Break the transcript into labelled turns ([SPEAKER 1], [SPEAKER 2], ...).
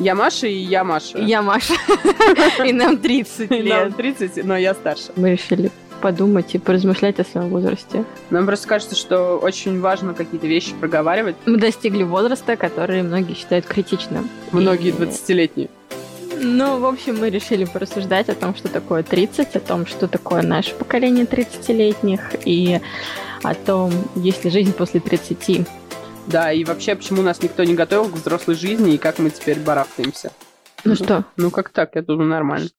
[SPEAKER 1] Я Маша и я Маша.
[SPEAKER 2] Я Маша. И нам 30
[SPEAKER 1] И Нам
[SPEAKER 2] лет.
[SPEAKER 1] 30, но я старше.
[SPEAKER 2] Мы решили подумать и поразмышлять о своем возрасте.
[SPEAKER 1] Нам просто кажется, что очень важно какие-то вещи проговаривать.
[SPEAKER 2] Мы достигли возраста, который многие считают критичным.
[SPEAKER 1] Многие
[SPEAKER 2] И-
[SPEAKER 1] 20-летние.
[SPEAKER 2] Ну, в общем, мы решили порассуждать о том, что такое 30, о том, что такое наше поколение 30-летних, и о том, есть ли жизнь после 30.
[SPEAKER 1] Да, и вообще, почему нас никто не готовил к взрослой жизни и как мы теперь барахтаемся.
[SPEAKER 2] Ну что,
[SPEAKER 1] Ну, как так? Я думаю, нормально.